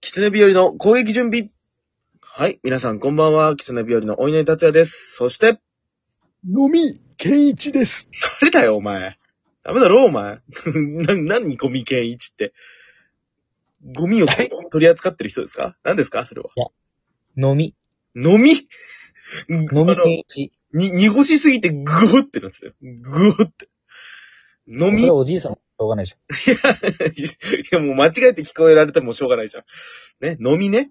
キツネ日和の攻撃準備。はい、皆さんこんばんは。キツネ日和のお稲荷達也です。そして、のみ、けんいちです。誰だよ、お前。ダメだろ、お前。 な、何ゴミケンイチって。ゴミを取り扱ってる人ですか何ですかそれは。飲み、飲み飲みあの健一。に、濁しすぎてグーってなってたよ。グーって。飲こみれおじいさん、しょうがないでしょ。 いや、もう間違えて聞こえられてもしょうがないじゃん。ね、飲みね。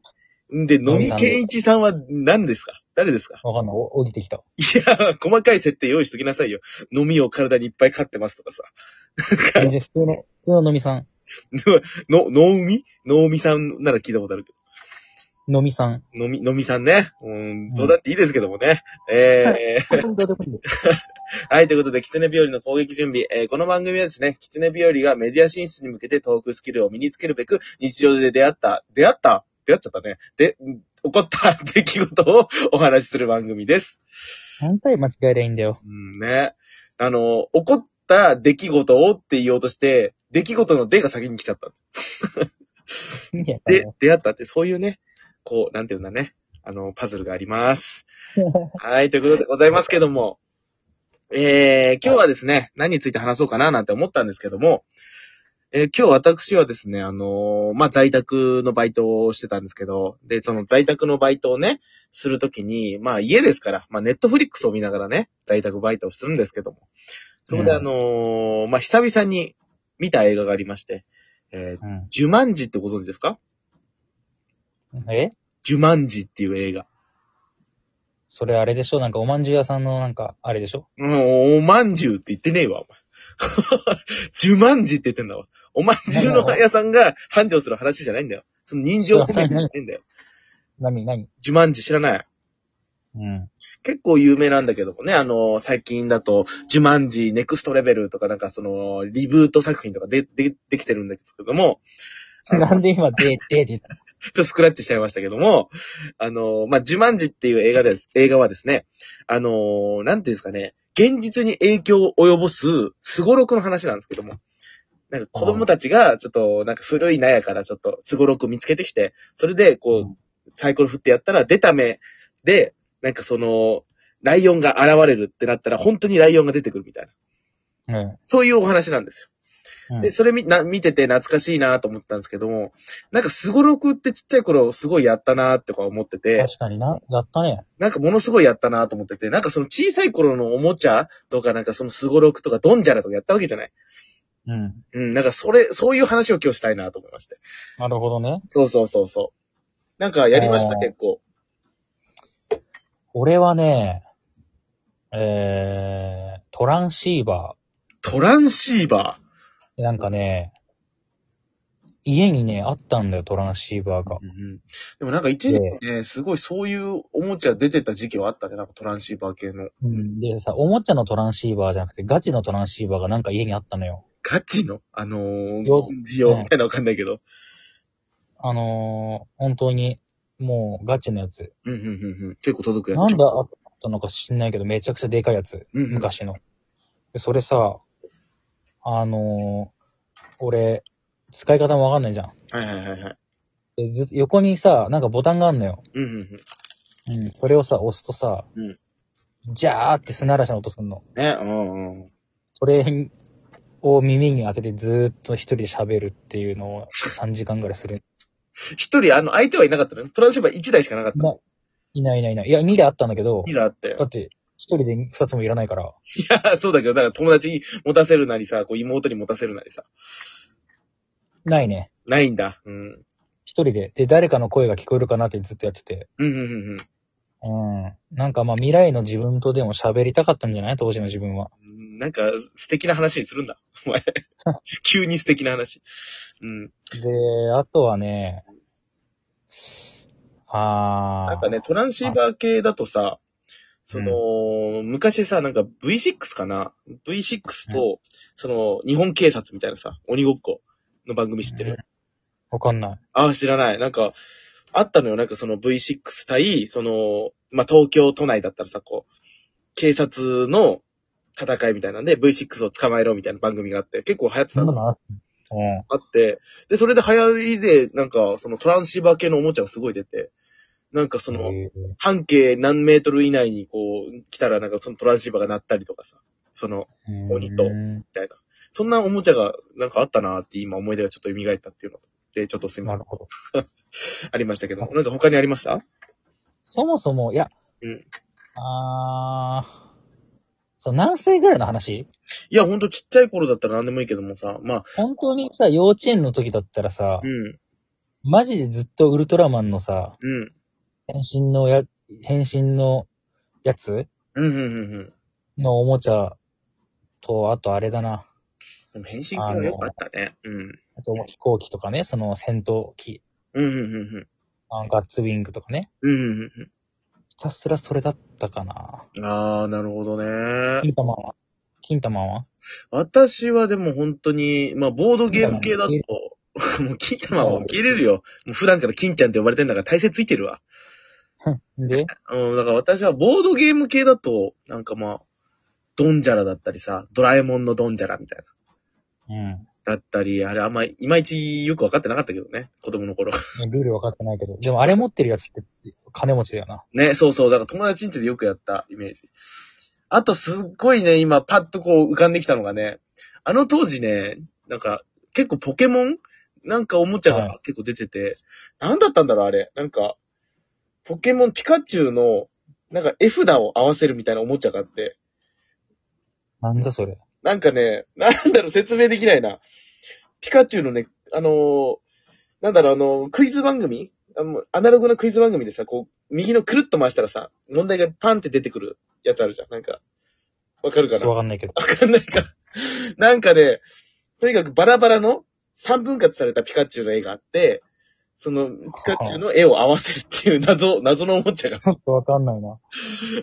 で、飲飲みみさん健一さんは何ですか誰ですかわかんない。お降りてきた。いや、細かい設定用意しときなさいよ。飲みを体にいっぱい飼ってますとかさ。 全然普通の、普通の飲みさん。の、のうみのうみさんなら聞いたことあるけ飲みさん。ど。のみ、のみさんね。うん、どうだっていいですけどもね。えー、本当にどうでもいいんだよはい、ということで、狐日和の攻撃準備。えー、この番組はですね、狐日和がメディア進出に向けてトークスキルを身につけるべく、日常で出会った、出会った出会っちゃったね。で、うん起こった出来事をお話しする番組です。何回間違えりゃいいんだよ。うん、ね。あの、起こった出来事をって言おうとして、出来事の出が先に来ちゃった。いやで、出会ったって、そういうね、こう、なんていうんだね。あの、パズルがあります。 はい、ということでございますけども、えー、今日はですね、何について話そうかななんて思ったんですけども、えー、今日私はですね、あのーまあ、在宅のバイトをしてたんですけど、で、その在宅のバイトをね、するときに、まあ、家ですから、まあ、ネットフリックスを見ながらね、在宅バイトをするんですけども、そこであのーまあ、久々に見た映画がありまして、えー、うん。ジュマンジってご存知ですかえジュマンジっていう映画。それあれでしょなんかおまんじゅう屋さんのなんか、あれでしょもう、おまんじゅうって言ってねえわ、お前。 ジュマンジって言ってんだわ。おまんじゅうの屋さんが繁盛する話じゃないんだよ。その人情コメディじゃないんだよ。何何ジュマンジ知らない。うん。結構有名なんだけどもね、あの、最近だと、ジュマンジ、ネクストレベルとかなんかその、リブート作品とかで、で、できてるんですけども、あのなんで今、で、で、って言ったちょっとスクラッチしちゃいましたけども、あのーまあ、ジュマンジっていう映画です。映画はですね、あのーなんていうんですかね、現実に影響を及ぼす、スゴロクの話なんですけども、なんか子供たちが、ちょっと、なんか古い納屋からちょっと、スゴロク見つけてきて、それで、こう、サイコロ振ってやったら、出た目で、なんかその、ライオンが現れるってなったら、本当にライオンが出てくるみたいな。うん。そういうお話なんですうよ。んで、それ見、な、見てて懐かしいなと思ったんですけども、なんかスゴロクってちっちゃい頃すごいやったなとか思ってて、確かにな、やったね。なんかものすごいやったなと思ってて、なんかその小さい頃のおもちゃとかなんかそのスゴロクとかドンジャラとかやったわけじゃない。うん。うん、なんかそれ、そういう話を今日したいなと思いまして。なるほどね。そうそうそうそう。なんかやりましたあー結構。俺はね、えー、トランシーバトランシーバー。なんかね、家にね、あったんだよ、トランシーバーがー。。うん、でもなんか一時期ね、すごいそういうおもちゃ出てた時期はあったね、なんかトランシーバー系の。うん。でさ、おもちゃのトランシーバーじゃなくて、ガチのトランシーバーがなんか家にあったのよ。ガチのあのーよ、需要みたいなのわかんないけど。あのー、本当に、もうガチのやつ。うん、うん、うん、うん。結構届くやなつ。んであったのか知んないけど、めちゃくちゃでかいやつ。うんうん昔の。でそれさ、あのー、俺、使い方もわかんないじゃん。はいはいはいはい。でず横にさ、なんかボタンがあんのよ。うん、うん、うん。うん。それをさ、押すとさ、うんじゃーって砂嵐の音すんの。ね、うん、うん。それを耳に当ててずーっと一人で喋るっていうのを3時間ぐらいする一人、あの、相手はいなかったね。トランシーバー1台しかなかった。ま、いないいないいない。いや、2であったんだけど、 2台あって だ。って、1人で2つもいらないから。いや、そうだけど、だから友達に持たせるなりさ、こう妹に持たせるなりさ。ないね。ないんだ。うん。 1人で。で、誰かの声が聞こえるかなってずっとやってて。うん、うん、うんうん。なんかまあ未来の自分とでも喋りたかったんじゃない当時の自分は。うん。なんか、素敵な話にするんだ。お 前。急に素敵な話。うん。で、あとはね、あー。なんかね、トランシーバー系だとさ、その、昔さ、なんか V6 かな ?V6 と、その、日本警察みたいなさ、鬼ごっこの番組知ってる、うんわかんない。ああ、知らない。なんか、あったのよ。なんかその V6 対、その、まあ、東京都内だったらさ、こう、警察の戦いみたいなんで、V6 を捕まえろみたいな番組があって、結構流行ってたそんなの。のあうん。あって、で、それで流行りで、なんか、そのトランシーバー系のおもちゃがすごい出て、なんかその、へー半径何メートル以内にこう、来たらなんかそのトランシーバーが鳴ったりとかさ、その、鬼とうんみたいな。そんなおもちゃがなんかあったなーって今思い出がちょっと蘇ったっていうので、ちょっとすみまなせんる。ほど。ありましたけど、なんか他にありましたそもそも、いや、うんあー、そう、何歳ぐらいの話いや、ほんとちっちゃい頃だったら何でもいいけどもさ、まあ、本当にさ、幼稚園の時だったらさう、ん、マジでずっとウルトラマンのさ、うん、変身のや、変身のやつうん、うん、うん、うん。のおもちゃと、あとあれだな。でも変身系はよくあったね。うん。あと飛行機とかね、その戦闘機、うん、うん、うん、うん。あガッツウィングとかね。うんうんうんひたすらそれだったかな。うん。あー、なるほどね。金玉は金玉は私はでも本当に、まあ、ボードゲーム系だと、 もう、金玉は受け入れるよ。もう普段から金ちゃんって呼ばれてんだから体勢ついてるわ。で、うん、だから私はボードゲーム系だと、なんかまあ、ドンジャラだったりさ、ドラえもんのドンジャラみたいな。うん。だったり、あれあんま、いまいちよく分かってなかったけどね、子供の頃。 ルール分かってないけど。でもあれ持ってるやつって金持ちだよな。ね、そうそう、だから友達ん家でよくやったイメージ。あとすっごいね、今パッとこう浮かんできたのがね、あの当時ね、なんか結構ポケモンなんかおもちゃはが結構出てて、なんだったんだろうあれ。なんか、ポケモンピカチュウの、なんか絵札を合わせるみたいなおもちゃがあって、なんだそれ。なんかね、なんだろう説明できないな。ピカチュウのね、あのーなんだろう、あのークイズ番組あのアナログのクイズ番組でさ、こう、右のくるっと回したらさ、問題がパンって出てくるやつあるじゃん。なんか、わかるかなわわかんないけど。かんないか。なんかね、とにかくバラバラの3分割されたピカチュウの絵があって、その、ピカチュウの絵を合わせるっていう謎、謎のおもちゃがちょっとわかんないな。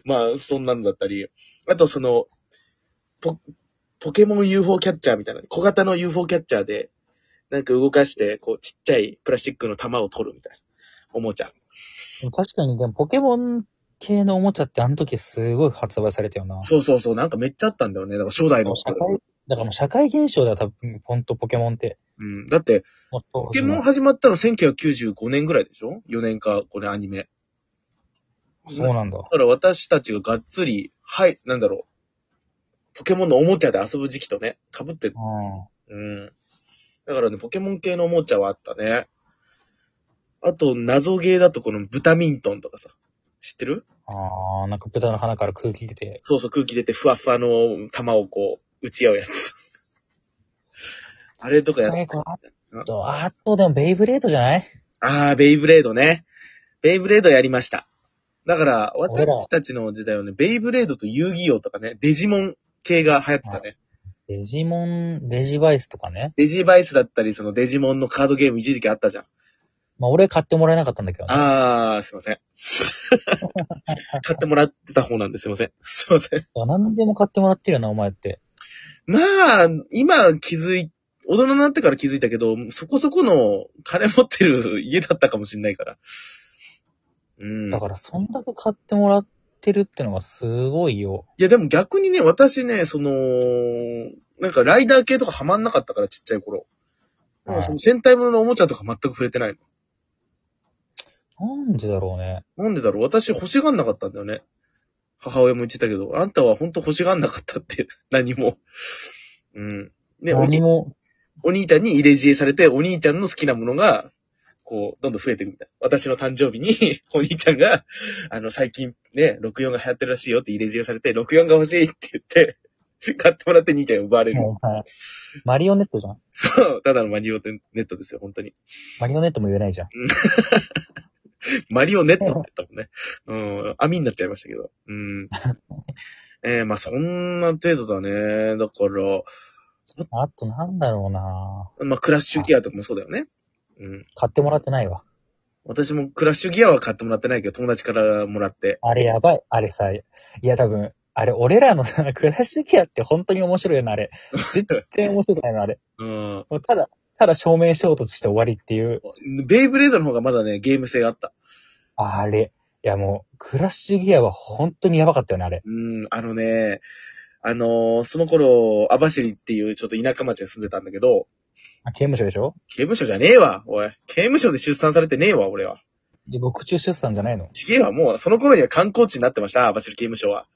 まあ、そんなんだったり、あとその、ポ、ポケモン UFO キャッチャーみたいな、小型の UFO キャッチャーで、なんか動かして、こう、ちっちゃいプラスチックの玉を取るみたいな、おもちゃ。でも確かに、でもポケモン系のおもちゃってあの時すごい発売されたよな。そうそうそう、なんかめっちゃあったんだよね。だから初代ものう。社会、だからもう社会現象だよ、多分、ほんとポケモンって。うん。だって、ポポケモン始まったの1995年ぐらいでしょ ?4 年か5年アニメ。そうなんだ。だから私たちががっつり、はい、なんだろう。ポケモンのおもちゃで遊ぶ時期とね、被ってる。ううん。だからね、ポケモン系のおもちゃはあったね。あと、謎ゲーだとこの豚ミントンとかさ。知ってるん。あー、なんか豚の鼻から空気出て。そうそう、空気出てふわふわの玉をこう、打ち合うやつ。あれとかやっ最後、あと、あとでもベイブレードじゃないあー、ベイブレードね。ベイブレードやりました。だから、俺ら私たちの時代はね、ベイブレードと遊戯王とかね、デジモン系が流行ってたね。デジモン、デジバイスとかね。デジバイスだったり、そのデジモンのカードゲーム一時期あったじゃん。まあ俺買ってもらえなかったんだけどね。あー、すいません。買ってもらってた方なんですいません。すいません。何でも買ってもらってるよな、お前って。まあ、今気づい、大人になってから気づいたけど、そこそこの金持ってる家だったかもしんないから。うん。だから、そんだけ買ってもらってるってのがすごいよ。いや、でも逆にね、私ね、その、なんかライダー系とかハマんなかったから、ちっちゃい頃。でもその戦隊もののおもちゃとか全く触れてないなんでだろうね。の。なんでだろう私欲しがんなかったんだよね。母親も言ってたけど、あんたはほんと欲しがんなかったって、 何も。うん。ね、何も、お兄ちゃんに入れ知恵されて、お兄ちゃんの好きなものが、こう、どんどん増えていくみたいな。私の誕生日に 、お兄ちゃんが、あの、最近ね、64が流行ってるらしいよって入れ知恵されて、64が欲しいって言って、買ってもらって兄ちゃんが奪われる。もうはいマリオネットじゃん。そう、ただのマリオネットですよ、本当に。マリオネットも言えないじゃん。マリオネットって言ったもんね。うん、網になっちゃいましたけど。うん。 えー、まあそんな程度だね。だから、あとなんだろうなまあクラッシュギアとかもそうだよね。うん。買ってもらってないわ。私もクラッシュギアは買ってもらってないけど、友達からもらって。あれやばい。あれさ、いや多分、あれ俺らのさ、 クラッシュギアって本当に面白いよな、あれ。絶対面白くないの、あれ。 うん。もうただ、ただ証明衝突して終わりっていう、ベイブレードの方がまだね、ゲーム性があった。あれ。いやもう、クラッシュギアは本当にやばかったよね、あれ。うん、あのね、あのーその頃、網走っていうちょっと田舎町に住んでたんだけど、あ刑務所でしょ刑務所じゃねえわ、おい。刑務所で出産されてねえわ、俺は。で、獄中出産じゃないのちげえわ、もう、その頃には観光地になってました、網走刑務所は。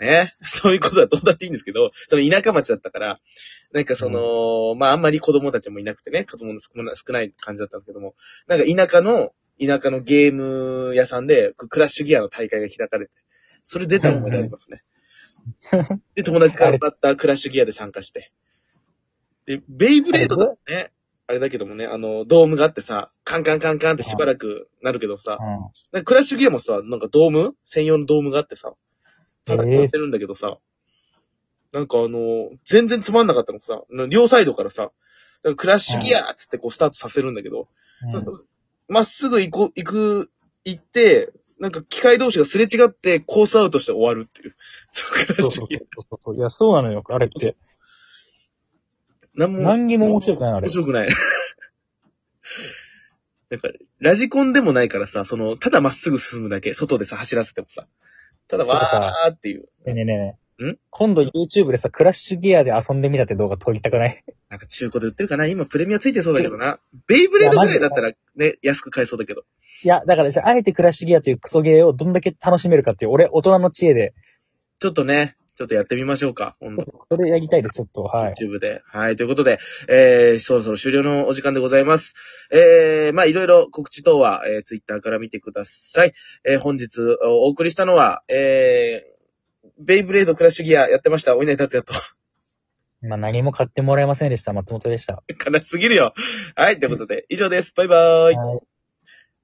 ね。 そういうことはどうだっていいんですけど、その田舎町だったから、なんかその、まああんまり子供たちもいなくてね、子供の少な少ない感じだったんですけども、なんか田舎の、田舎のゲーム屋さんで、クラッシュギアの大会が開かれて、それ出た思い出ありますね。で、友達からもらったクラッシュギアで参加して。で、ベイブレードだったね。あれだけどもね、あの、ドームがあってさ、カンカンカンカンってしばらくなるけどさ、うなんかクラッシュギアもさ、なんかドーム専用のドームがあってさ、戦ってるんだけどさ、なんかあの、全然つまんなかったのさ、両サイドからさ、なんかクラッシュギアっつってこうスタートさせるんだけど、ん。 うん。ま、っすぐ行こう、行く、行って、なんか機械同士がすれ違ってコースアウトして終わるっていう。そう、クラッそうシそュうギア。そうそう。いや、そうなのよ、あれって。なんも何にも面白くないの、あれ面。白くない。 なんか、ラジコンでもないからさ、その、ただまっすぐ進むだけ、外でさ、走らせてもさ、ただちょっとさわーっていう。ねえねえねえねえ。ん今度 YouTube でさ、クラッシュギアで遊んでみたって動画撮りたくない なんか中古で売ってるかな今プレミアついてそうだけどな。ベイブレードぐらいだったらね、安く買えそうだけど。いや、だからじゃあ、あえてクラッシュギアというクソゲーをどんだけ楽しめるかっていう、俺、大人の知恵で、ちょっとね、ちょっとやってみましょうか。ほんとそれやりたいです、ちょっと。はい。 YouTube で。はい、ということで、えー、そろそろ終了のお時間でございます。えー、まあいろいろ告知等は、えー、Twitter から見てください。えー、本日おお送りしたのは、えー、ベイブレードクラッシュギアやってました。お稲荷達也と。 まあ、何も買ってもらえませんでした。松本でした。悲しすぎるよ。はい、ということで、以上です。バイバーイ。はい